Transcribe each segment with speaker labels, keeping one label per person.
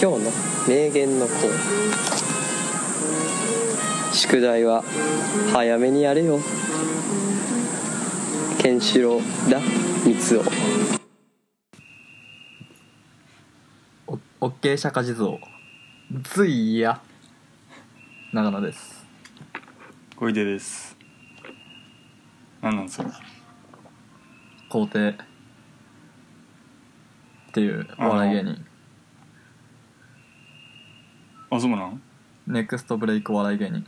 Speaker 1: 今日の名言のコーナー宿題は早めにやれよケンシロウだ三つ
Speaker 2: おオッケー釈迦地蔵ずいや長野です
Speaker 3: 小出です何なんそれ
Speaker 2: 皇帝っていうお笑い芸人
Speaker 3: あそうなん
Speaker 2: ネクストブレイクお笑い芸人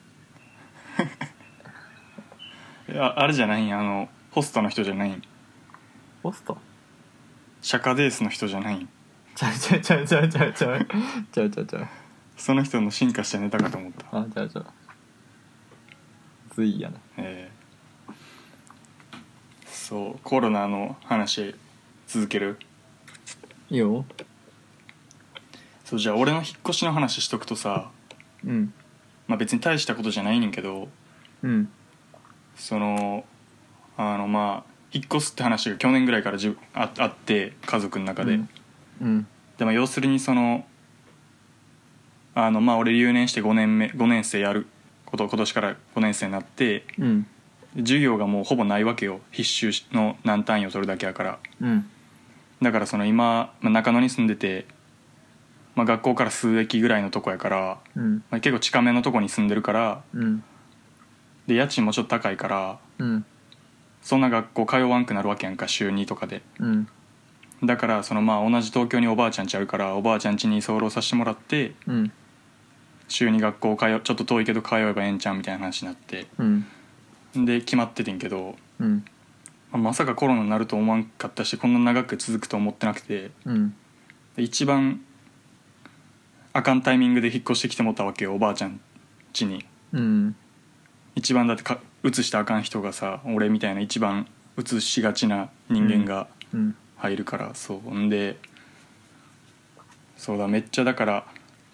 Speaker 3: いやあれじゃないんあのホストの人じゃないん
Speaker 2: ホスト
Speaker 3: 釈迦デースの人じゃないん
Speaker 2: ちゃうちゃうちゃうちゃうちゃうちゃうちゃうちゃうちゃう
Speaker 3: その人の進化したネタかと思った
Speaker 2: あちゃうちゃうずいやな
Speaker 3: えーそうコロナの話続ける
Speaker 2: いいよ
Speaker 3: そうじゃあ俺の引っ越しの話しとくとさ、
Speaker 2: うん
Speaker 3: まあ、別に大したことじゃないねんけど
Speaker 2: うん
Speaker 3: そのあのまあ引っ越すって話が去年ぐらいからじゅああって家族の中で、
Speaker 2: うんうん
Speaker 3: でも要するにそのあのまあ俺留年して5年目5年生やること今年から5年生になって
Speaker 2: うん
Speaker 3: 授業がもうほぼないわけよ必修の何単位を取るだけやから
Speaker 2: うん
Speaker 3: だからその今、まあ中野に住んでて、まあ、学校から数駅ぐらいのとこやから、
Speaker 2: うん
Speaker 3: まあ、結構近めのとこに住んでるから
Speaker 2: うん
Speaker 3: で家賃もちょっと高いから
Speaker 2: うん
Speaker 3: そんな学校通わんくなるわけやんか週2とかで
Speaker 2: うん
Speaker 3: だからそのまあ同じ東京におばあちゃんちあるからおばあちゃんちに居候させてもらって
Speaker 2: うん
Speaker 3: 週に学校通うちょっと遠いけど通えばええんちゃんみたいな話になって
Speaker 2: うん
Speaker 3: で決まっててんけど
Speaker 2: うん
Speaker 3: まあまさかコロナになると思わんかったしこんな長く続くと思ってなくて
Speaker 2: うん
Speaker 3: で一番あかんタイミングで引っ越してきてもらったわけよおばあちゃん家に
Speaker 2: うん
Speaker 3: 一番だってか移したらあかん人がさ俺みたいな一番移しがちな人間が
Speaker 2: うん
Speaker 3: 入るから、そうんでそうだめっちゃだから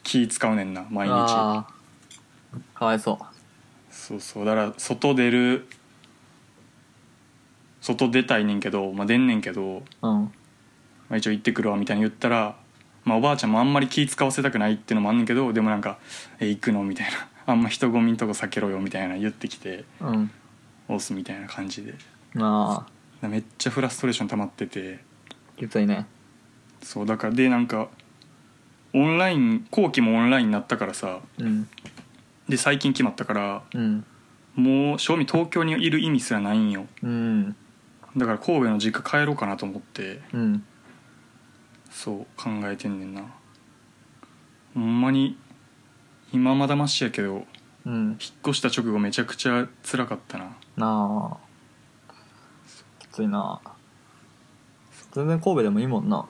Speaker 3: 気使うねんな毎日。
Speaker 2: あーかわいそう
Speaker 3: そうそうだから外出る外出たいねんけど、まあ、出んねんけど、
Speaker 2: うん
Speaker 3: まあ、一応行ってくるわみたいに言ったら、まあ、おばあちゃんもあんまり気使わせたくないっていうのもあんねんけどでもなんか「え行くの?」みたいな 「あんま人混みんとこ避けろよ」みたいな言ってきて
Speaker 2: うん
Speaker 3: 押すみたいな感じでだか
Speaker 2: ああ
Speaker 3: らめっちゃフラストレーション溜まってて
Speaker 2: きついね
Speaker 3: そうだからでなんかオンライン後期もオンラインになったからさ
Speaker 2: うん
Speaker 3: で最近決まったから
Speaker 2: うん
Speaker 3: もう正味東京にいる意味すらないんよ
Speaker 2: うん
Speaker 3: だから神戸の実家帰ろうかなと思って
Speaker 2: うん
Speaker 3: そう考えてんねんなほんまに今まだましやけど
Speaker 2: うん
Speaker 3: 引っ越した直後めちゃくちゃ辛かったな
Speaker 2: なあきついな全然神戸でもいいもんな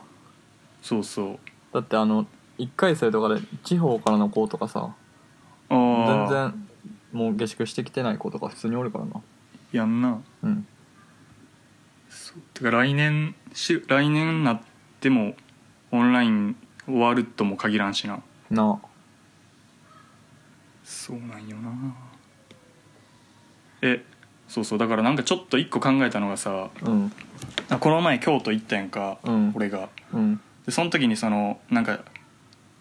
Speaker 3: そうそう
Speaker 2: だってあの1回生とかで地方からの子とかさ全
Speaker 3: ああ
Speaker 2: 然もう下宿してきてない子とか普通におるからな
Speaker 3: やんな
Speaker 2: うん
Speaker 3: そうてか来年し来年なってもオンライン終わるとも限らんしな
Speaker 2: なあ
Speaker 3: そうなんよなえそうそうだからなんかちょっと一個考えたのがさ
Speaker 2: うん
Speaker 3: あこの前京都行ったやんか、
Speaker 2: うん
Speaker 3: 俺が
Speaker 2: うん
Speaker 3: でその時にそのなんか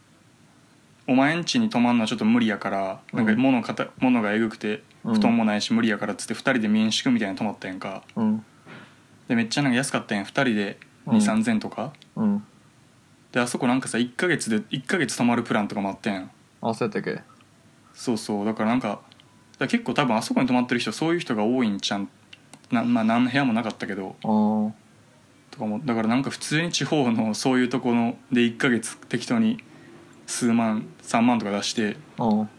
Speaker 3: 「お前ん家に泊まんのはちょっと無理やから、なん
Speaker 2: う
Speaker 3: か
Speaker 2: ん
Speaker 3: 物かた物がえぐくて
Speaker 2: うん
Speaker 3: 布団もないし無理やから」っつって2人で民宿みたいなの泊まったやんか
Speaker 2: うん
Speaker 3: でめっちゃなんか安かったやん2人で
Speaker 2: うん
Speaker 3: 2 3 0 0 0とか
Speaker 2: うん
Speaker 3: であそこなんかさ1ヶ月で1ヶ月泊まるプランとかもあったやん
Speaker 2: あそうやったっけ
Speaker 3: そうそうだからなんかだから結構多分あそこに泊まってる人そういう人が多いんちゃんなまあ何部屋もなかったけど
Speaker 2: ああ
Speaker 3: とかもだからなんか普通に地方のそういうとこので1ヶ月適当に数万3万とか出して
Speaker 2: うん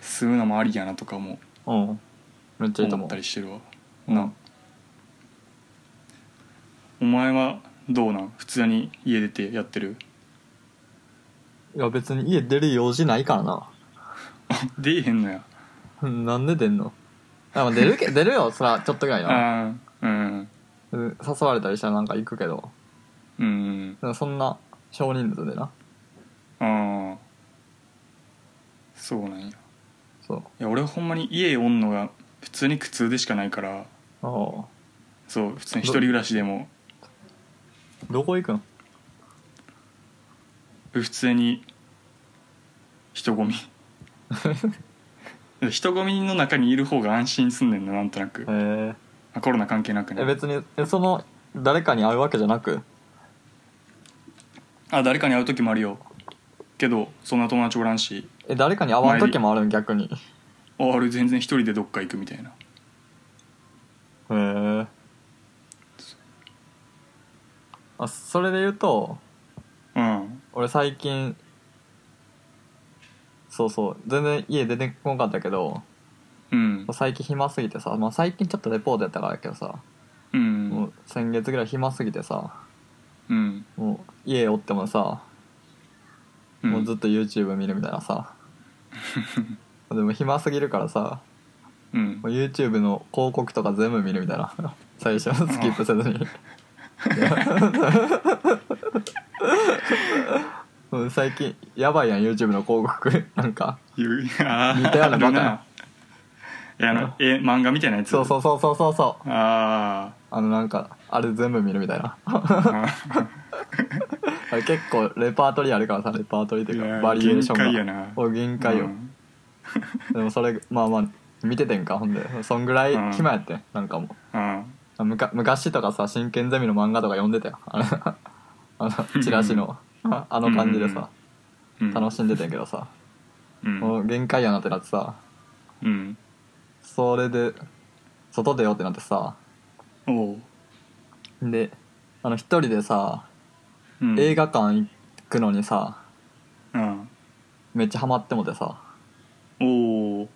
Speaker 3: するのもありやなとかも
Speaker 2: うんめっちゃいいと
Speaker 3: 思
Speaker 2: 思
Speaker 3: っ
Speaker 2: う
Speaker 3: たりしてるわ
Speaker 2: うん
Speaker 3: なお前はどうなん普通に家出てやっ てる
Speaker 2: いや別に家出る用事ないからな
Speaker 3: 出えへんのや
Speaker 2: うんなんで出んのあまあ出 るけ出るよそらちょっとぐらいな
Speaker 3: ああうん
Speaker 2: うん誘われたりしたらなんか行くけど
Speaker 3: うん
Speaker 2: でもそんな少人数でな
Speaker 3: ああそうなんやい
Speaker 2: そう
Speaker 3: や俺ほんまに家おんのが普通に苦痛でしかないから
Speaker 2: ああ
Speaker 3: そう普通に一人暮らしでも
Speaker 2: どこ行くん
Speaker 3: 普通に 人混み人混みの中にいる方が安心すんねんななんとなく、
Speaker 2: へえ
Speaker 3: あコロナ関係なく
Speaker 2: え
Speaker 3: ね
Speaker 2: 別にえその誰かに会うわけじゃなく
Speaker 3: あ誰かに会う時もあるよけどそんな友達おらんし
Speaker 2: え誰かに会わん時もあるん逆に
Speaker 3: ああれ全然一人でどっか行くみたいな
Speaker 2: へえあそれで言うと
Speaker 3: うん
Speaker 2: 俺最近そうそう全然家出てこんかったけど
Speaker 3: うん
Speaker 2: 最近暇すぎてさ、まあ、最近ちょっとレポートやったからやけどさ、
Speaker 3: う
Speaker 2: も
Speaker 3: ん
Speaker 2: う先月ぐらい暇すぎてさ
Speaker 3: うん
Speaker 2: もう家おってもさ、
Speaker 3: うん
Speaker 2: もうずっと YouTube 見るみたいな さでも暇すぎるからさ
Speaker 3: うん
Speaker 2: もう YouTube の広告とか全部見るみたいな 最初はスキップせずにもう 最近やばいやん YouTube の広告 なんか
Speaker 3: 言うあー
Speaker 2: 似たようなバカな
Speaker 3: あるなえあのえ漫画みたいなやつ
Speaker 2: そうそうそうそうそうそう
Speaker 3: あ
Speaker 2: あのなんかあれ全部見るみたいな
Speaker 3: あ
Speaker 2: あれ結構レパートリーあるからさレパートリーと
Speaker 3: い
Speaker 2: いう
Speaker 3: や
Speaker 2: かバリエーションが
Speaker 3: 限界やな
Speaker 2: お限界よ、
Speaker 3: うん
Speaker 2: でもそれまあまあ見ててんかほんでそんぐらい暇やってんなんかもう
Speaker 3: うん
Speaker 2: あむか昔とかさ真剣ゼミの漫画とか読んでたよあのあのチラシのああの感じでさ、
Speaker 3: うん
Speaker 2: 楽しんでたんやけどさ、
Speaker 3: うん
Speaker 2: もう限界やなってなってさ
Speaker 3: うん
Speaker 2: それで外出ようってなってさ
Speaker 3: おう
Speaker 2: であの一人でさ、
Speaker 3: うん
Speaker 2: 映画館行くのにさ
Speaker 3: うん
Speaker 2: めっちゃハマってもてさ
Speaker 3: おお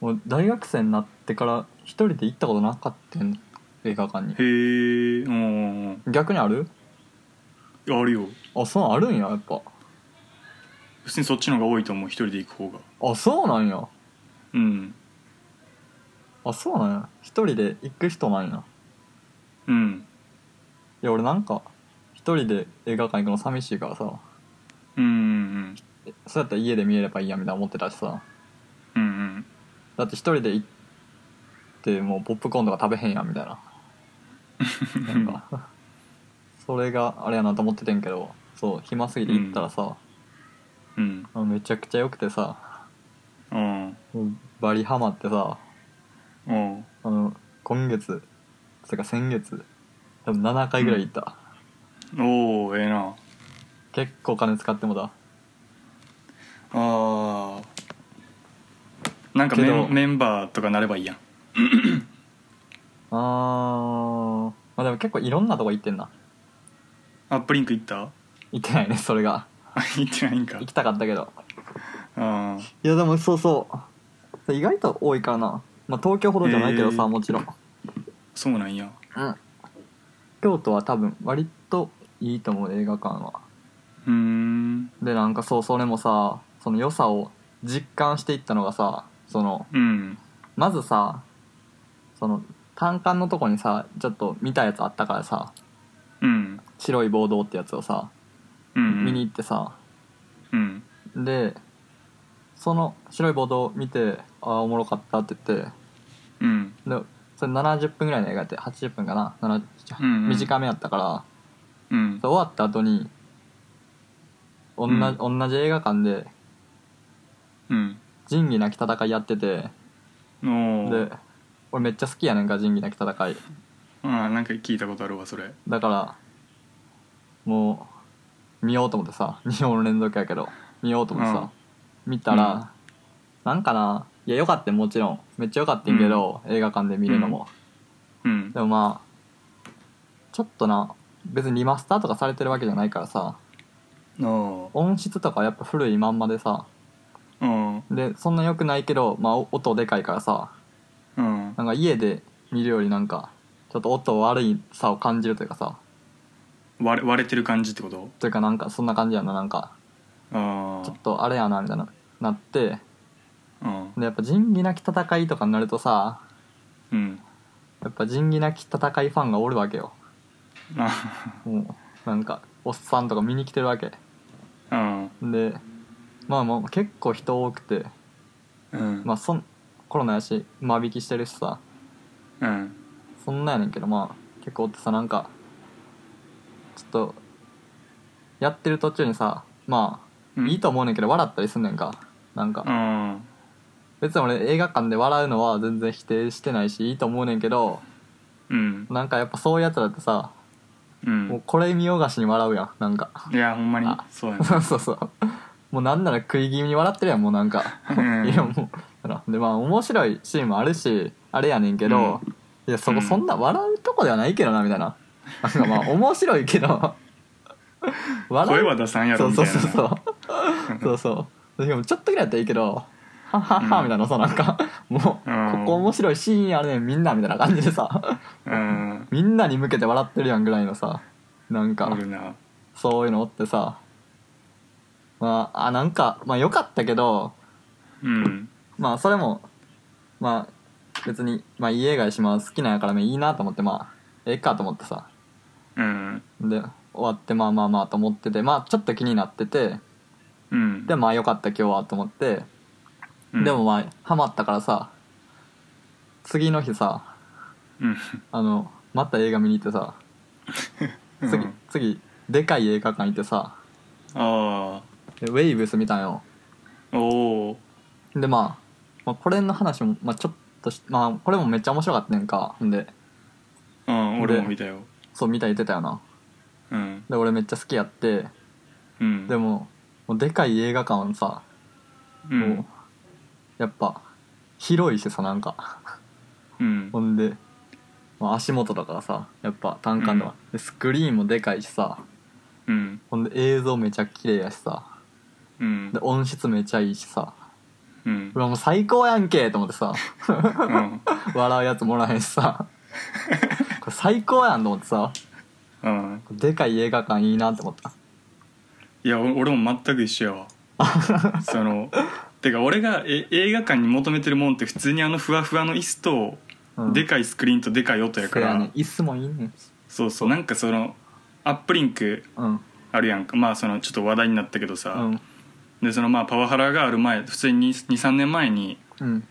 Speaker 2: もう大学生になってから一人で行ったことなかったん映画館に
Speaker 3: へえうん
Speaker 2: 逆にある
Speaker 3: あるよ
Speaker 2: あそうあるんややっぱ
Speaker 3: 普通にそっちの方が多いと思う一人で行く方が
Speaker 2: あそうなんや
Speaker 3: うん
Speaker 2: あそうなんや一人で行く人なんや
Speaker 3: うん
Speaker 2: いや俺なんか一人で映画館行くの寂しいからさ
Speaker 3: うんうん
Speaker 2: えそうやったら家で見えればいいやみたいな思ってたしさ
Speaker 3: うんうん
Speaker 2: だって一人で行ってもうポップコーンとか食べへんやんみたいななんかそれがあれやなと思っててんけどそう暇すぎて行ったらさ、
Speaker 3: うん
Speaker 2: あめちゃくちゃ良くてさ
Speaker 3: うん
Speaker 2: もうバリハマってさ
Speaker 3: うんうん
Speaker 2: あの今月てか先月多分7回ぐらい行った、
Speaker 3: おおええな
Speaker 2: 結構お金使ってもだ
Speaker 3: あーなんか
Speaker 2: け
Speaker 3: メ
Speaker 2: ど
Speaker 3: ンメンバーとかなればいいやん
Speaker 2: あーまあでも結構いろんなとこ行ってんな
Speaker 3: アップリンク行った
Speaker 2: 行ってないねそれが
Speaker 3: あ行ってないんか
Speaker 2: 行きたかったけど
Speaker 3: あー
Speaker 2: いやでもそうそう意外と多いからな、まあ、東京ほどじゃないけどさ、
Speaker 3: へー
Speaker 2: もちろん、う
Speaker 3: そうなんや
Speaker 2: ん、京都は多分割といいと思う映画館は
Speaker 3: うーん
Speaker 2: でなんかそうそれもさその良さを実感していったのがさその
Speaker 3: うん
Speaker 2: まずさその単館のとこにさちょっと見たやつあったからさ
Speaker 3: うん
Speaker 2: 白い暴動ってやつをさ
Speaker 3: うん
Speaker 2: 見に行ってさ、
Speaker 3: うん
Speaker 2: でその白い暴動見てああおもろかったって言って
Speaker 3: うん
Speaker 2: でそれ70分ぐらいの映画やって80分かな、70
Speaker 3: うんうん
Speaker 2: 短めやったから
Speaker 3: うん
Speaker 2: それ終わった後に同じ,、同じ映画館で
Speaker 3: うん
Speaker 2: 「仁義なき戦い」やってて
Speaker 3: おー
Speaker 2: で俺めっちゃ好きやねんか仁義なき戦い
Speaker 3: あーなんか聞いたことあるわそれ
Speaker 2: だからもう見ようと思ってさ2本連続やけど見ようと思ってさ、見たら、
Speaker 3: うん
Speaker 2: なんかないやよかったよもちろんめっちゃよかったんやけど、映画館で見るのも、
Speaker 3: うん
Speaker 2: でもまあちょっとな別にリマスターとかされてるわけじゃないからさ
Speaker 3: おー
Speaker 2: 音質とかやっぱ古いまんまでさ
Speaker 3: うん
Speaker 2: でそんな良くないけど、まあ、お音でかいからさ
Speaker 3: うん
Speaker 2: なんか家で見るよりなんかちょっと音悪いさを感じるというかさ
Speaker 3: 割れ割れてる感じってこと
Speaker 2: というかなんかそんな感じやななんか
Speaker 3: あ
Speaker 2: ちょっとあれやなみたいななって
Speaker 3: あうん
Speaker 2: でやっぱ仁義なき戦いとかになるとさ
Speaker 3: うん
Speaker 2: やっぱ仁義なき戦いファンがおるわけよ
Speaker 3: あ
Speaker 2: もうなんかおっさんとか見に来てるわけ
Speaker 3: うん
Speaker 2: でまあまあ結構人多くて
Speaker 3: うん
Speaker 2: まあそんコロナやし間引きしてるしさ
Speaker 3: うん
Speaker 2: そんなんやねんけどまあ結構おってさなんかちょっとやってる途中にさまあ
Speaker 3: うん
Speaker 2: いいと思うねんけど笑ったりすんねんかなんか、
Speaker 3: うん
Speaker 2: 別に俺映画館で笑うのは全然否定してないしいいと思うねんけど
Speaker 3: うん
Speaker 2: なんかやっぱそういうやつだってさ、
Speaker 3: う
Speaker 2: もうんこれ見よがしに笑うやんなんか
Speaker 3: いやほんまにそうやね
Speaker 2: そうそうそうもうなんなら食い気味に笑ってるやんもうなんか、
Speaker 3: うん
Speaker 2: いやもうだからでまあ面白いシーンもあるしあれやねんけど、
Speaker 3: うん
Speaker 2: いやそこ
Speaker 3: うん
Speaker 2: そんな笑うとこではないけどなみたいななんかまあ面白いけ ど笑
Speaker 3: 声
Speaker 2: う
Speaker 3: は出さんや
Speaker 2: そ
Speaker 3: ろ
Speaker 2: う
Speaker 3: み
Speaker 2: そ
Speaker 3: た
Speaker 2: う
Speaker 3: いな
Speaker 2: そうそうそうそうでもちょっとぐらいやったらいいけど「はっはっは」みたいなそうなんかもうこ
Speaker 3: うん
Speaker 2: こ面白いシーンあるねんみんなみたいな感じでさ
Speaker 3: うん
Speaker 2: みんなに向けて笑ってるやんぐらいのさなん
Speaker 3: お
Speaker 2: か
Speaker 3: るな
Speaker 2: そういうのおってさまああなんかまあ良かったけど
Speaker 3: うん
Speaker 2: まあそれもまあ別に、まあ、いい映画やしまあ好きなんやからまあいいなと思ってまあええかと思ってさ
Speaker 3: うん
Speaker 2: で終わってまあまあまあと思っててまあちょっと気になってて
Speaker 3: うん
Speaker 2: でまあ良かった今日はと思って、
Speaker 3: うん
Speaker 2: でもまあハマったからさ次の日さ
Speaker 3: うん
Speaker 2: あのまた映画見に行ってさ次、
Speaker 3: うん
Speaker 2: 次でかい映画館行ってさ
Speaker 3: あ
Speaker 2: でウェイブス見たんよ
Speaker 3: あおお
Speaker 2: でまあ、まあ、これの話も、まあ、ちょっとしまあこれもめっちゃ面白かったねんかほんで
Speaker 3: うん俺も見たよ
Speaker 2: そう見た言ってたよな
Speaker 3: うん
Speaker 2: で俺めっちゃ好きやって
Speaker 3: うん
Speaker 2: でももうでかい映画館さ、
Speaker 3: う
Speaker 2: もうんやっぱ広いしさなんか
Speaker 3: うん
Speaker 2: ほんで、まあ、足元とかがさやっぱ単管とか、でスクリーンもでかいしさ
Speaker 3: うん
Speaker 2: ほんで映像めちゃ綺麗やしさ
Speaker 3: うん
Speaker 2: で音質めちゃいいしさ
Speaker 3: うん
Speaker 2: うわもう最高やんけと思 ってさ
Speaker 3: うん
Speaker 2: 笑うやつもらえんしさこれ最高やんと思ってさ
Speaker 3: うん
Speaker 2: でかい映画館いいなって思った
Speaker 3: いやお俺も全く一緒や わそのてか俺がえ映画館に求めてるもんって普通にあのふわふわの椅子と、
Speaker 2: うん
Speaker 3: でかいスクリーンとでかい音やか
Speaker 2: せ
Speaker 3: ら
Speaker 2: ね椅子もいいね
Speaker 3: そうそうなんかそのアップリンク
Speaker 2: うん
Speaker 3: あるやんかまあそのちょっと話題になったけど
Speaker 2: う
Speaker 3: さ、
Speaker 2: ん
Speaker 3: でそのまあパワハラがある前普通に23年前に
Speaker 2: うん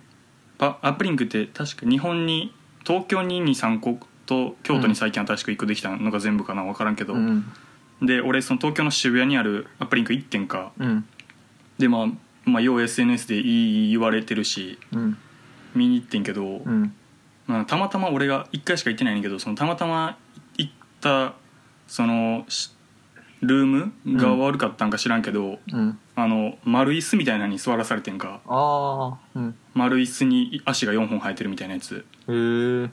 Speaker 3: パアップリンクって確か日本に東京に23個と京都に最近新しく1個できたのが全部かな分からんけど、
Speaker 2: うん
Speaker 3: で俺その東京の渋谷にあるアップリンク1点か
Speaker 2: うん
Speaker 3: でまあまあ、よう SNS でいい言われてるし
Speaker 2: うん
Speaker 3: 見に行ってんけど、
Speaker 2: うん
Speaker 3: まあ、たまたま俺が1回しか行ってないねんけどそのたまたま行ったそのしルームが悪かったんか知らんけど、
Speaker 2: うん
Speaker 3: あの丸椅子みたいなのに座らされてんか
Speaker 2: ああうん
Speaker 3: 丸椅子に足が4本生えてるみたいなやつ
Speaker 2: へえ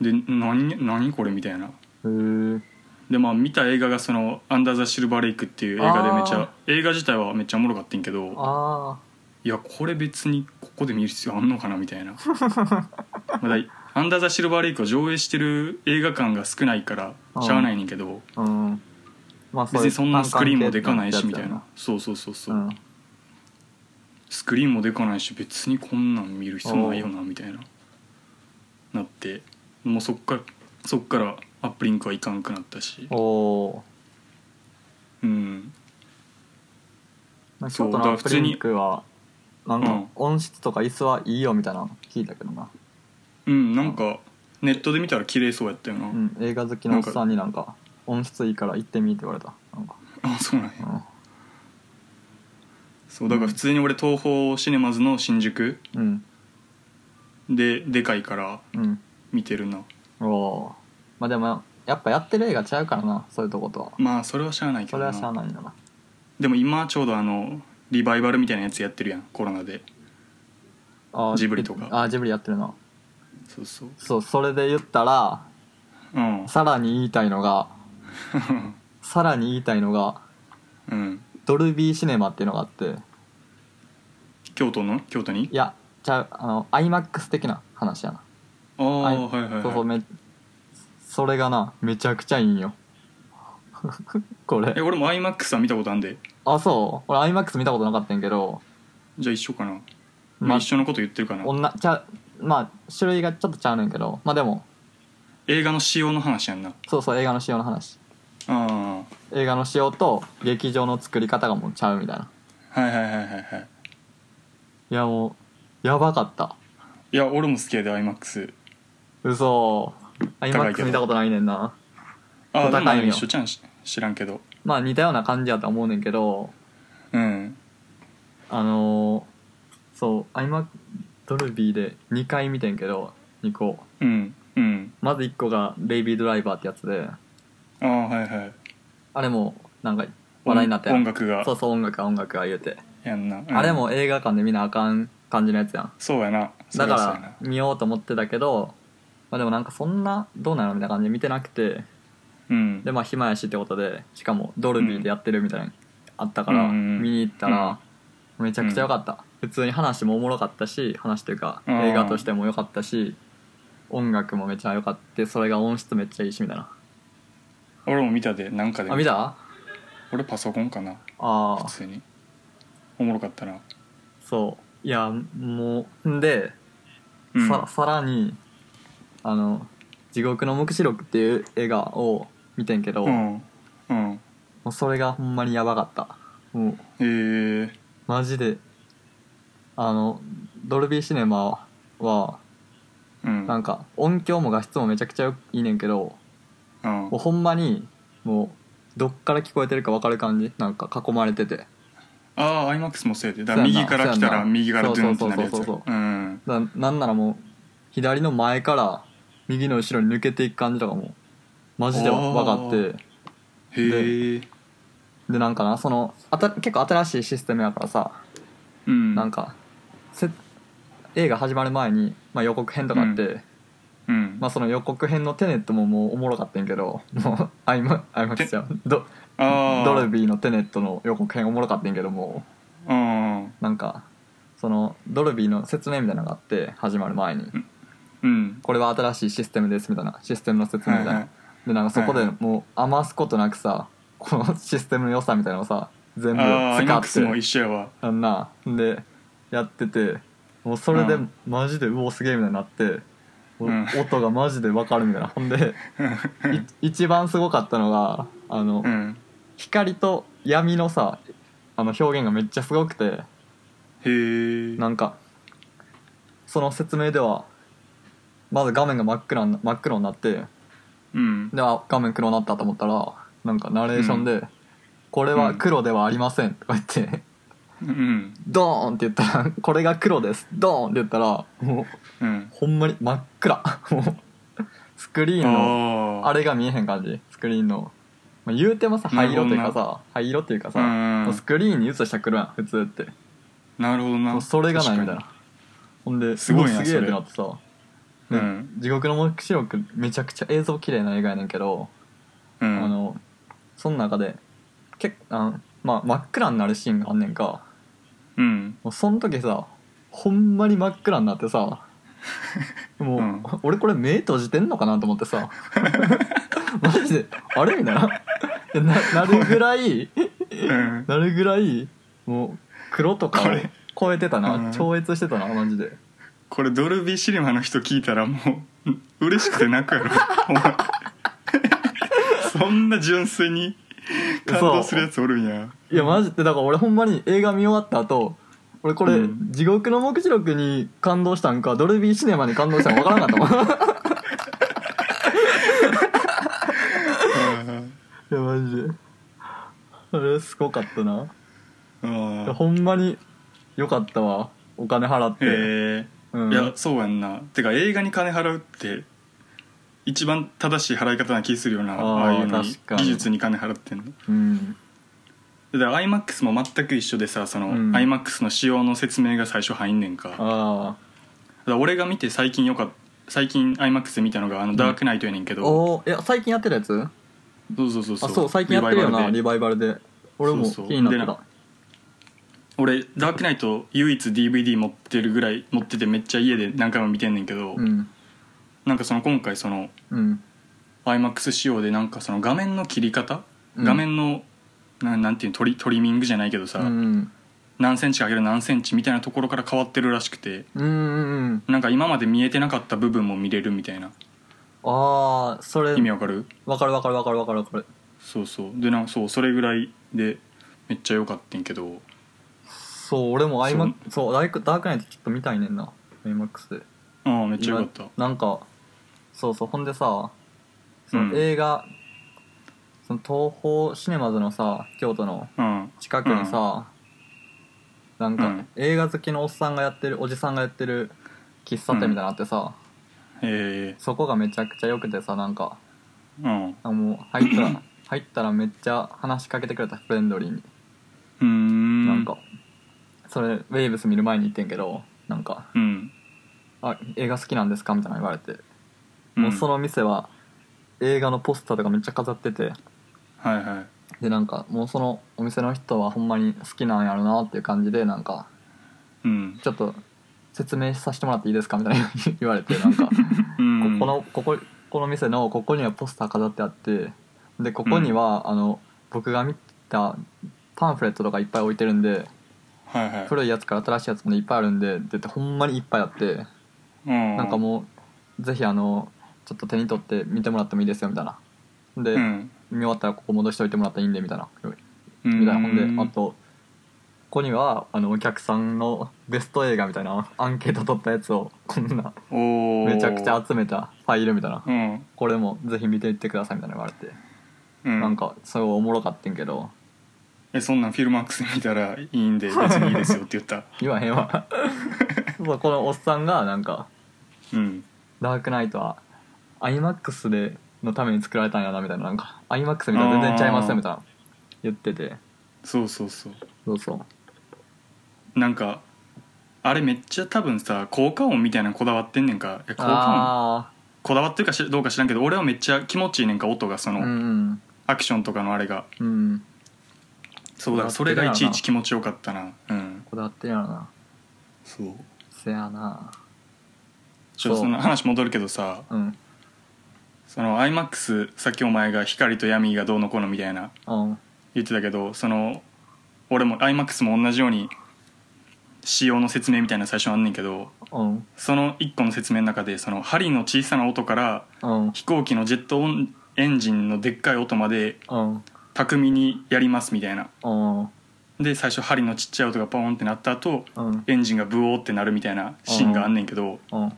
Speaker 3: で何何これみたいな
Speaker 2: へえ
Speaker 3: でまあ見た映画がその「アンダー・ザ・シルバー・レイク」っていう映画でめっちゃ映画自体はめっちゃおもろかったんけど
Speaker 2: あ
Speaker 3: いやこれ別にここで見る必要あんのかなみたいなまだ「アンダー・ザ・シルバー・レイク」を上映してる映画館が少ないから
Speaker 2: うん
Speaker 3: しゃあないねんけど
Speaker 2: あうんまあ
Speaker 3: 別にそんなスクリーンもでかないし
Speaker 2: 単
Speaker 3: み
Speaker 2: 管系っ
Speaker 3: たい
Speaker 2: てや
Speaker 3: なそうそうそう
Speaker 2: つ
Speaker 3: そ
Speaker 2: や
Speaker 3: う、
Speaker 2: な
Speaker 3: スクリーンもでかないし別にこんなん見る必要ないよなみたいななってもうそっからそっからアップリンクはいかんくなったし
Speaker 2: うんおお
Speaker 3: うんそ
Speaker 2: 京
Speaker 3: う
Speaker 2: 都
Speaker 3: だか
Speaker 2: の
Speaker 3: ら
Speaker 2: ア
Speaker 3: 普
Speaker 2: プ
Speaker 3: 通に
Speaker 2: リンクはなん
Speaker 3: う
Speaker 2: か
Speaker 3: ん
Speaker 2: 音質とか椅子はいいよみたいなの聞いたけどな
Speaker 3: うんなんかネットで見たら綺麗そうやったよな、
Speaker 2: うん映画好きのおっさんになんか音質いいから行ってみって言われたなんか
Speaker 3: あそうなんや
Speaker 2: う
Speaker 3: そうだから普通に俺東宝シネマズの新宿
Speaker 2: ん
Speaker 3: ででかいから
Speaker 2: うん
Speaker 3: 見てるな
Speaker 2: うんおおまあでもやっぱやってる映画違うからなそういうとことは
Speaker 3: まあそれはしゃあないけ
Speaker 2: そ
Speaker 3: ど
Speaker 2: れ
Speaker 3: な
Speaker 2: はしゃあないんだな
Speaker 3: でも今ちょうどあのリバイバルみたいなやつやってるやんコロナで
Speaker 2: あー
Speaker 3: ジブリとか
Speaker 2: あージブリやってるな
Speaker 3: そうそう
Speaker 2: そうそれで言ったら
Speaker 3: うん
Speaker 2: さらに言いたいのがさらに言いたいのが
Speaker 3: うん
Speaker 2: ドルビーシネマっていうのがあって
Speaker 3: 京都の京都に
Speaker 2: いやちゃうあの iMAX 的な話やな
Speaker 3: ああはいはいはい
Speaker 2: そうそうめそれがなめちゃくちゃいいんよ これ
Speaker 3: え俺も iMAX は見たことあんで
Speaker 2: あそう俺 iMAX 見たことなかったんやけど
Speaker 3: じゃあ一緒かな、
Speaker 2: まあ
Speaker 3: 一緒のこと言ってるかな
Speaker 2: 女ちゃうまあ種類がちょっとちゃうねんけどまあでも
Speaker 3: 映画の仕様の話やんな
Speaker 2: そうそう映画の仕様の話
Speaker 3: あ
Speaker 2: 映画の仕様と劇場の作り方がもうちゃうみたいな
Speaker 3: あはいはいはいはいはい
Speaker 2: いやもうやばかった
Speaker 3: いや俺も好きやで iMAX
Speaker 2: 嘘
Speaker 3: 高いけ
Speaker 2: iMAX
Speaker 3: ど
Speaker 2: 見たことないねんな
Speaker 3: ああでも
Speaker 2: 高いんよ
Speaker 3: 一緒ちゃんし知らんけど
Speaker 2: まあ似たような感じやとは思うねんけど
Speaker 3: うん
Speaker 2: あのーそう今ドルビーで2回見てんけど2個
Speaker 3: うんうん
Speaker 2: まず1個がレイビードライバーってやつで
Speaker 3: ああはいはい
Speaker 2: あれもなんか話題になって
Speaker 3: 音楽が
Speaker 2: そうそう音楽は音楽は言うて、
Speaker 3: やんな、うん
Speaker 2: あれも映画館で見なあかん感じのやつやん
Speaker 3: そうやな
Speaker 2: だ
Speaker 3: そりゃそうや
Speaker 2: か
Speaker 3: な
Speaker 2: ら見ようと思ってたけど、まあ、でもなんかそんなどうなのみたいな感じで見てなくて
Speaker 3: うん
Speaker 2: でまあ暇やしってことでしかもドルビーでやってるみたいなのあったから
Speaker 3: うんうんうん
Speaker 2: 見に行ったらめちゃくちゃ良かった、普通に話もおもろかったし話というか
Speaker 3: うん
Speaker 2: 映画としても良かったし音楽もめちゃ良かったそれが音質めっちゃいいしみたいな
Speaker 3: 俺も見たでなんかで
Speaker 2: あ見た
Speaker 3: 俺パソコンかな
Speaker 2: ああ
Speaker 3: 普通におもろかったな
Speaker 2: そういやもうんで、
Speaker 3: うん
Speaker 2: ささらにあの「地獄の黙示録」っていう映画を見てんけど、
Speaker 3: う
Speaker 2: も
Speaker 3: んうん
Speaker 2: うそれがほんまにやばかったもう
Speaker 3: えー、
Speaker 2: マジであのドルビーシネマは
Speaker 3: うん
Speaker 2: なんか音響も画質もめちゃくちゃよいいねんけど
Speaker 3: うん
Speaker 2: もうほんまにもうどっから聞こえてるか分かる感じなんか囲まれててだ
Speaker 3: ああ IMAX もそうやでだか
Speaker 2: そう
Speaker 3: ら
Speaker 2: やな
Speaker 3: 右から来た
Speaker 2: そうや
Speaker 3: ら
Speaker 2: な
Speaker 3: 右からドゥンってなるやつ
Speaker 2: そう
Speaker 3: や
Speaker 2: そうそう
Speaker 3: うん
Speaker 2: なんならもう左の前から右の後ろに抜けていく感じとかもマジで分かって
Speaker 3: へえ
Speaker 2: でなんかなそのあた結構新しいシステムやからさ、
Speaker 3: うん
Speaker 2: なんかせ映画始まる前に、まあ、予告編とかあって、
Speaker 3: うん
Speaker 2: まあ、その予告編のテネットももうおもろかったんやけど もうアイマアイマックスちゃうド
Speaker 3: あ
Speaker 2: ドルビーのテネットの予告編おもろかったんやけども
Speaker 3: ーうん
Speaker 2: なんかそのドルビーの説明みたいなのがあって始まる前に
Speaker 3: うん
Speaker 2: これは新しいシステムですみたいなシステムの説明みたいな、
Speaker 3: はいはい
Speaker 2: でなんかそこ
Speaker 3: は
Speaker 2: で
Speaker 3: いは
Speaker 2: もう余すことなくさこのシステムの良さみたいなのをさ全部
Speaker 3: ああ
Speaker 2: 使
Speaker 3: IMAX
Speaker 2: っ
Speaker 3: も
Speaker 2: て
Speaker 3: 一緒やわ
Speaker 2: あんなでやっててもうそれで
Speaker 3: うん
Speaker 2: マジでうおすげえみたいになって、お
Speaker 3: うん
Speaker 2: 音がマジでわかるみたいなほんでい一番すごかったのがあの、
Speaker 3: うん
Speaker 2: 光と闇のさあの表現がめっちゃすごくて
Speaker 3: へえ
Speaker 2: なんかその説明ではまず画面が真っ暗な真っ黒になって
Speaker 3: うん
Speaker 2: であ画面黒になったと思ったらなんかナレーションで「これは黒ではありません」とか言って、
Speaker 3: うん
Speaker 2: ドーンって言ったら「これが黒です」ドーンって言ったらもう
Speaker 3: うん
Speaker 2: ほんまに真っ暗もうスクリーンの
Speaker 3: あ
Speaker 2: あれが見えへん感じスクリーンの、まあ、言うてもさ灰色というかさ灰色っていうかさ
Speaker 3: うん
Speaker 2: もうスクリーンに映したくるやん普通って
Speaker 3: あなるほど
Speaker 2: もう
Speaker 3: な
Speaker 2: それがないみたい
Speaker 3: 確
Speaker 2: な
Speaker 3: か
Speaker 2: ほんです
Speaker 3: ごい
Speaker 2: う
Speaker 3: な
Speaker 2: わすげえ
Speaker 3: そ
Speaker 2: っ
Speaker 3: れ
Speaker 2: てなってさ
Speaker 3: う
Speaker 2: で
Speaker 3: ん
Speaker 2: 地獄の黙示録めちゃくちゃ映像綺麗な映画やねんけど、
Speaker 3: にうん
Speaker 2: あのその中でけあのまあ、真っ暗になるシーンがあんねんか
Speaker 3: うん
Speaker 2: もうその時さほんまに真っ暗になって さもう、
Speaker 3: うん
Speaker 2: 俺これ目閉じてんのかなと思ってさマジであれみたいなでななるぐらい
Speaker 3: うん
Speaker 2: なるぐらいもう黒とか
Speaker 3: こ
Speaker 2: を
Speaker 3: れ
Speaker 2: 超えてたな、
Speaker 3: うん
Speaker 2: 超越してたなマジで
Speaker 3: これドルビーシネマの人聞いたらもう嬉しくて泣くやろお前そんな純粋に感動するやつおるんや
Speaker 2: いやマジでだから俺ほんまに映画見終わった後俺これ、
Speaker 3: うん
Speaker 2: 地獄の目次録に感動したんかドルビーシネマに感動したんか分からなか ったもんいやマジであれすごかったな
Speaker 3: うん
Speaker 2: い やほんまによかったわお金払って、
Speaker 3: へえ、
Speaker 2: うん
Speaker 3: いやそうやんなてか映画に金払うって一番正しい払い方な気するよな
Speaker 2: あー
Speaker 3: ああいうのに
Speaker 2: 確かに
Speaker 3: 技術に金払ってんの
Speaker 2: うん
Speaker 3: だから iMAX も全く一緒でさその、
Speaker 2: うん
Speaker 3: iMAX の仕様の説明が最初入んねんかだか
Speaker 2: あ
Speaker 3: ら俺が見て最近よかっ最近 iMAX で見たのがあのダークナイトやねんけ
Speaker 2: あ
Speaker 3: ど、
Speaker 2: おーいや最近やってるやつ
Speaker 3: そうそうそうそう
Speaker 2: あそう最近やってるよなリ
Speaker 3: リバイバルで
Speaker 2: バイバルで俺も気
Speaker 3: そうそう
Speaker 2: になってた
Speaker 3: でな俺ダークナイト唯一 DVD 持ってるぐらい持っててめっちゃ家で何回も見てんねんけど、
Speaker 2: うん
Speaker 3: なんかその今回その
Speaker 2: うん
Speaker 3: iMAX 仕様でなんかその画面の切り方、
Speaker 2: うん
Speaker 3: 画面のななんていうのトリトリミングじゃないけどさ、
Speaker 2: うん
Speaker 3: 何センチ上げる何センチみたいなところから変わってるらしくて
Speaker 2: うんうんうん
Speaker 3: なんか今まで見えてなかった部分も見れるみたいな
Speaker 2: ああそれ
Speaker 3: 意味わかる
Speaker 2: わかるわかるわかるわかるわかる
Speaker 3: そうそうでなんかそうそれぐらいでめっちゃ良かったんけど
Speaker 2: そう俺も
Speaker 3: そう
Speaker 2: iMac そうダークダークナイトちょっと見たいねんな iMAX で
Speaker 3: ああめっちゃ良かった
Speaker 2: 今なんかそうそうほんでさそうの
Speaker 3: ん
Speaker 2: 映画、その東宝シネマズのさ京都の
Speaker 3: うん
Speaker 2: 近くにさ、なんか、
Speaker 3: うん
Speaker 2: 映画好きのおっさんがやってるおじさんがやってる喫茶店みたいなのあってさ、
Speaker 3: え
Speaker 2: そこがめちゃくちゃ良くてさなんか
Speaker 3: えうん
Speaker 2: あもう入った ら入ったらめっちゃ話しかけてくれたフレンドリーに、
Speaker 3: うーん
Speaker 2: なんかそれウェーブス見る前に言ってんけどなんか
Speaker 3: うん
Speaker 2: 「あ映画好きなんですか?」みたいなの言われて、
Speaker 3: うん
Speaker 2: もうその店は映画のポスターとかめっちゃ飾ってて
Speaker 3: はいはい
Speaker 2: でなんかもうそのお店の人はほんまに好きなんやろなっていう感じでなんか
Speaker 3: うん
Speaker 2: ちょっと説明させてもらっていいですかみたいな 言われて なんかこ
Speaker 3: うん
Speaker 2: このこここの店のここにはポスター飾ってあってでここには、あの僕が見たパンフレットとかいっぱい置いてるんで
Speaker 3: はいはい
Speaker 2: 古いやつから新しいやつまでいっぱいあるんでって言ってほんまにいっぱいあって
Speaker 3: うん
Speaker 2: なんかもうぜひあのちょっと手に取って見てもらってもいいですよみたいなで、
Speaker 3: うん
Speaker 2: 見終わったらここ戻しておいてもらったらいいんでみたいな
Speaker 3: うん
Speaker 2: みたいなほんであとここにはあのお客さんのベスト映画みたいなアンケート取ったやつをこんな
Speaker 3: おー
Speaker 2: めちゃくちゃ集めたファイルみたいな
Speaker 3: うん
Speaker 2: これもぜひ見ていってくださいみたいなの言われて、
Speaker 3: うん
Speaker 2: なんかすごいおもろかってんけど
Speaker 3: えそんなんフィルマックス見たらいいんで別にいいですよって言 った
Speaker 2: 言わへん わそうこのおっさんがなんか
Speaker 3: うん
Speaker 2: 「ダークナイトは iMAX でのために作られたんやな」みたいななんか iMAX みたいな全然ちゃいますよみたいな言ってて
Speaker 3: そうそうそう
Speaker 2: そうそう
Speaker 3: なんかあれめっちゃ多分さ効果音みたいなのこだわってんねんかいや効果音
Speaker 2: あ
Speaker 3: こだわってるかしどうか知らんけど俺はめっちゃ気持ちいいねんか音がそ
Speaker 2: あ
Speaker 3: の、
Speaker 2: うん
Speaker 3: アクションとかのあれが
Speaker 2: うんうん
Speaker 3: そうだからそれがいちいち気持ちよかったなうん
Speaker 2: こだわってるやろな
Speaker 3: そう
Speaker 2: せやな
Speaker 3: ちょっ
Speaker 2: そ
Speaker 3: と
Speaker 2: う
Speaker 3: その話戻るけどさ
Speaker 2: うん
Speaker 3: その iMAX さっきお前が光と闇がどうのこうのみたいな
Speaker 2: うん
Speaker 3: 言ってたけどその俺も iMAX も同じように仕様の説明みたいなの最初あんねんけど
Speaker 2: うん
Speaker 3: その1個の説明の中でその針の小さな音から
Speaker 2: うん
Speaker 3: 飛行機のジェットエンジンのでっかい音まで
Speaker 2: うん
Speaker 3: 巧みにやりますみたいな
Speaker 2: うん
Speaker 3: で最初針のちっちゃい音がポーンってなった後
Speaker 2: うん
Speaker 3: エンジンがブオーってなるみたいなシーンがあんねんけど
Speaker 2: うん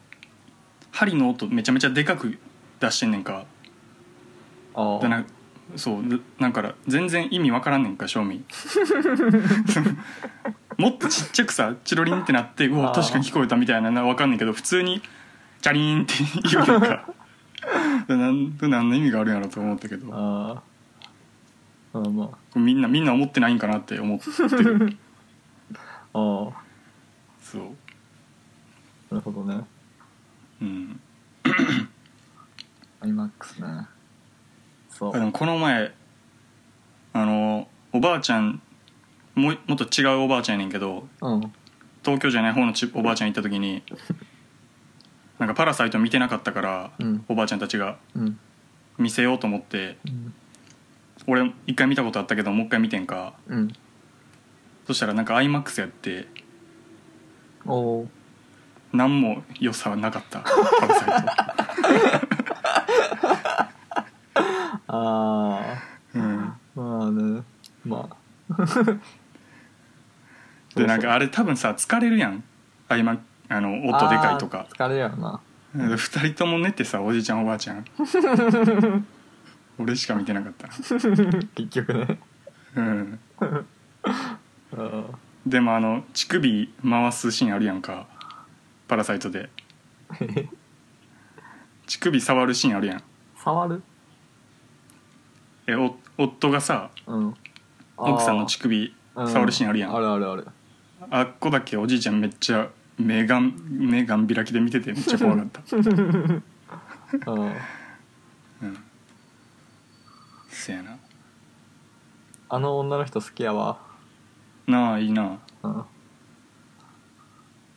Speaker 3: 針の音めちゃめちゃでかく出してんねんか
Speaker 2: あ
Speaker 3: だなそうだなんから全然意味わからんねんか 正味そのもっとちっちゃくさチロリンってなってうわ
Speaker 2: あー
Speaker 3: 確かに聞こえたみたいなのはわかんねんけど普通にチャリーンって言うねんか だなん何の意味があるんやろと思ったけどこ
Speaker 2: ああまあま
Speaker 3: れみんなみんな思ってないんかなって思ってる
Speaker 2: あああ
Speaker 3: そう
Speaker 2: なるほどね
Speaker 3: うん、
Speaker 2: iMAX ねそ
Speaker 3: あで
Speaker 2: う
Speaker 3: もこの前あのおばあちゃんもうもっと違うおばあちゃんやねんけど
Speaker 2: うん
Speaker 3: 東京じゃない方のちおばあちゃん行った時になんか「パラサイト」見てなかったから、
Speaker 2: うん
Speaker 3: おばあちゃんたちが
Speaker 2: うん
Speaker 3: 見せようと思って
Speaker 2: うん
Speaker 3: 俺一回見たことあったけどもう一回見てんか
Speaker 2: うん
Speaker 3: そしたらなんか iMAX やって
Speaker 2: おお
Speaker 3: 何も良さはなか ったパラサ
Speaker 2: あ
Speaker 3: イト、うん、
Speaker 2: あまあねまあ
Speaker 3: でなんかあれ多分さ疲れるやん iMac あの音でかいとか
Speaker 2: あー疲れるやろな
Speaker 3: 2人とも寝てさおじいちゃんおばあち ゃん俺しか見てなかった
Speaker 2: 結局ね
Speaker 3: うん
Speaker 2: あ
Speaker 3: でもあの乳首回すシーンあるやんかパラサイトで
Speaker 2: あ
Speaker 3: 乳首触るシーンあるやん
Speaker 2: 触る
Speaker 3: えお夫がさ
Speaker 2: うん
Speaker 3: 奥さんの乳首触るシーンあるやん、
Speaker 2: あるあるある
Speaker 3: あっこだけおじいちゃんめっちゃ目がん目がん開きで見ててめっちゃ怖かった
Speaker 2: うん
Speaker 3: うん せやな
Speaker 2: あの女の人好きやわ
Speaker 3: なあいいな
Speaker 2: うん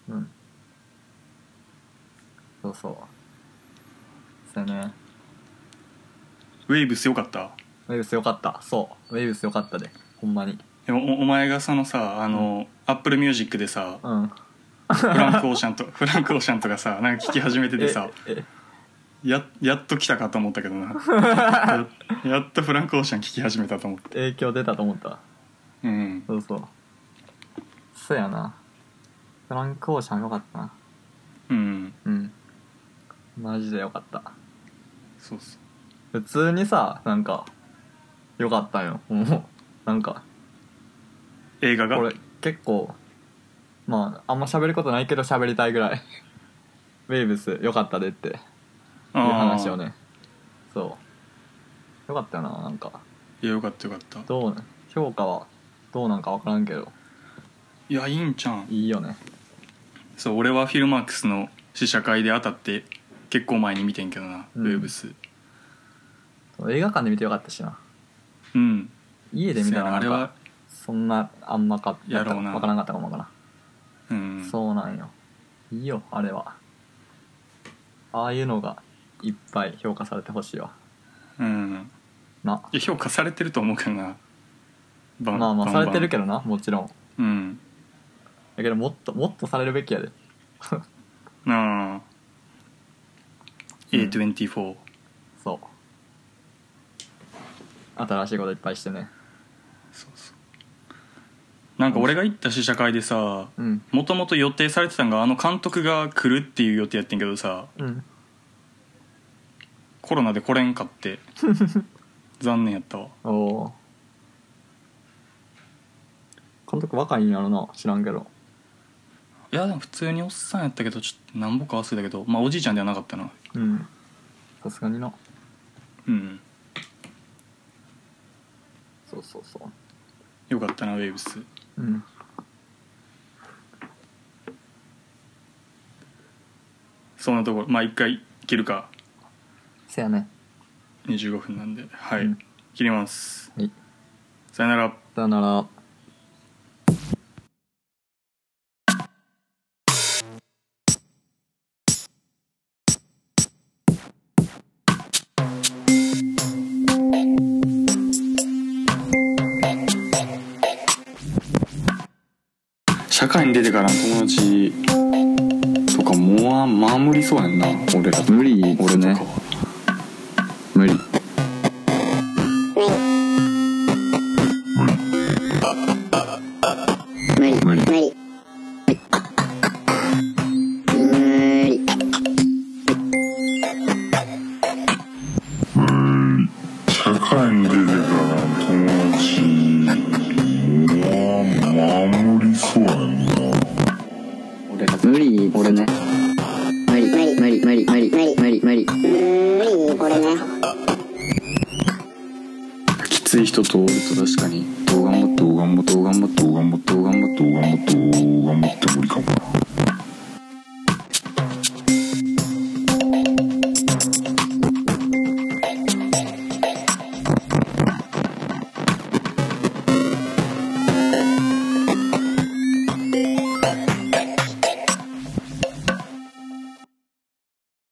Speaker 2: うんそうそうそうやね
Speaker 3: ウェーブスよかった
Speaker 2: ウェイブスよかったそうウェイブスよかったでほんまに
Speaker 3: えおお前がそのさあの、アップルミュージックでさ
Speaker 2: うん
Speaker 3: フランク・オーシャ ンとフランク・オーシャンとかさなんか聞き始めててさ
Speaker 2: え
Speaker 3: ややっと来たかと思ったけ どなややっとフランク・オーシャン聞き始めたと思って
Speaker 2: 影響出たと思った
Speaker 3: うん
Speaker 2: そうそうそうやなフランク・オーシャンよかったな
Speaker 3: うん
Speaker 2: うんマジでよかった
Speaker 3: そうそ
Speaker 2: 普
Speaker 3: う
Speaker 2: 通にさなんかよかったんよもうなんか
Speaker 3: 映画が
Speaker 2: これ結構まああんま喋ることないけど喋りたいぐらい ウェイブスよかったでっていう
Speaker 3: あー
Speaker 2: 話をねそうよかったよななんか
Speaker 3: いやよかったよかった
Speaker 2: どう評価はどうなんか分からんけど
Speaker 3: いやいいんちゃん
Speaker 2: いいよね
Speaker 3: そう俺はフィルマークスの試写会で当たって結構前に見てんけどな、
Speaker 2: うん
Speaker 3: ウェーブス
Speaker 2: そう映画館で見てよかったしな
Speaker 3: うん
Speaker 2: 家で見た
Speaker 3: そう
Speaker 2: ら
Speaker 3: やな
Speaker 2: な
Speaker 3: あれ
Speaker 2: ん
Speaker 3: は
Speaker 2: かそんなあんまか
Speaker 3: やろうな
Speaker 2: 分からんかったかもかな、
Speaker 3: うん
Speaker 2: そうなんよいいよあれはああいうのがいっぱい評価されてほしいわ
Speaker 3: うん
Speaker 2: ない
Speaker 3: や評価されてると思うけどなバン
Speaker 2: まあまあされてるけ
Speaker 3: ど
Speaker 2: どなもちろん
Speaker 3: うん
Speaker 2: だけどもっともっとされるべきやで
Speaker 3: なあ
Speaker 2: うん
Speaker 3: A24
Speaker 2: そう新しいこといっぱいしてね
Speaker 3: そうそうなんか俺が行った試写会でさ
Speaker 2: うん
Speaker 3: もともと予定されてたんがあの監督が来るっていう予定やってんけどさ
Speaker 2: うん
Speaker 3: コロナで来れんかって 残念やったわ
Speaker 2: おお監督若いんやろな知らんけど
Speaker 3: いやでも普通におっさんやったけどちょっとなんぼか忘れたけどまあおじいちゃんではなかったな
Speaker 2: うんさすがにな
Speaker 3: うん
Speaker 2: そうそうそ
Speaker 3: よかったなウェーブス
Speaker 2: ううん
Speaker 3: そんなところまあ一回切るか
Speaker 2: せやね
Speaker 3: 25分なんではい、
Speaker 2: うん
Speaker 3: 切ります
Speaker 2: はい
Speaker 3: さよなら
Speaker 2: さよなら
Speaker 4: 社会に出てからの友達とかもうまあ無理そうやんな俺ら
Speaker 2: 無理
Speaker 4: 俺
Speaker 2: 俺
Speaker 4: とか
Speaker 2: ね
Speaker 4: は
Speaker 2: 無理
Speaker 5: 無理無理無理
Speaker 6: 社会に出てからの友達は守りそうやんな
Speaker 4: 俺ら
Speaker 5: 無理俺ね無理無理無理無理無理無理無理無理俺ね
Speaker 4: きつい人とおると確かにどう頑張っても
Speaker 6: どう頑張ってもどう頑張ってもどう頑張ってもどう頑張っても無理かもな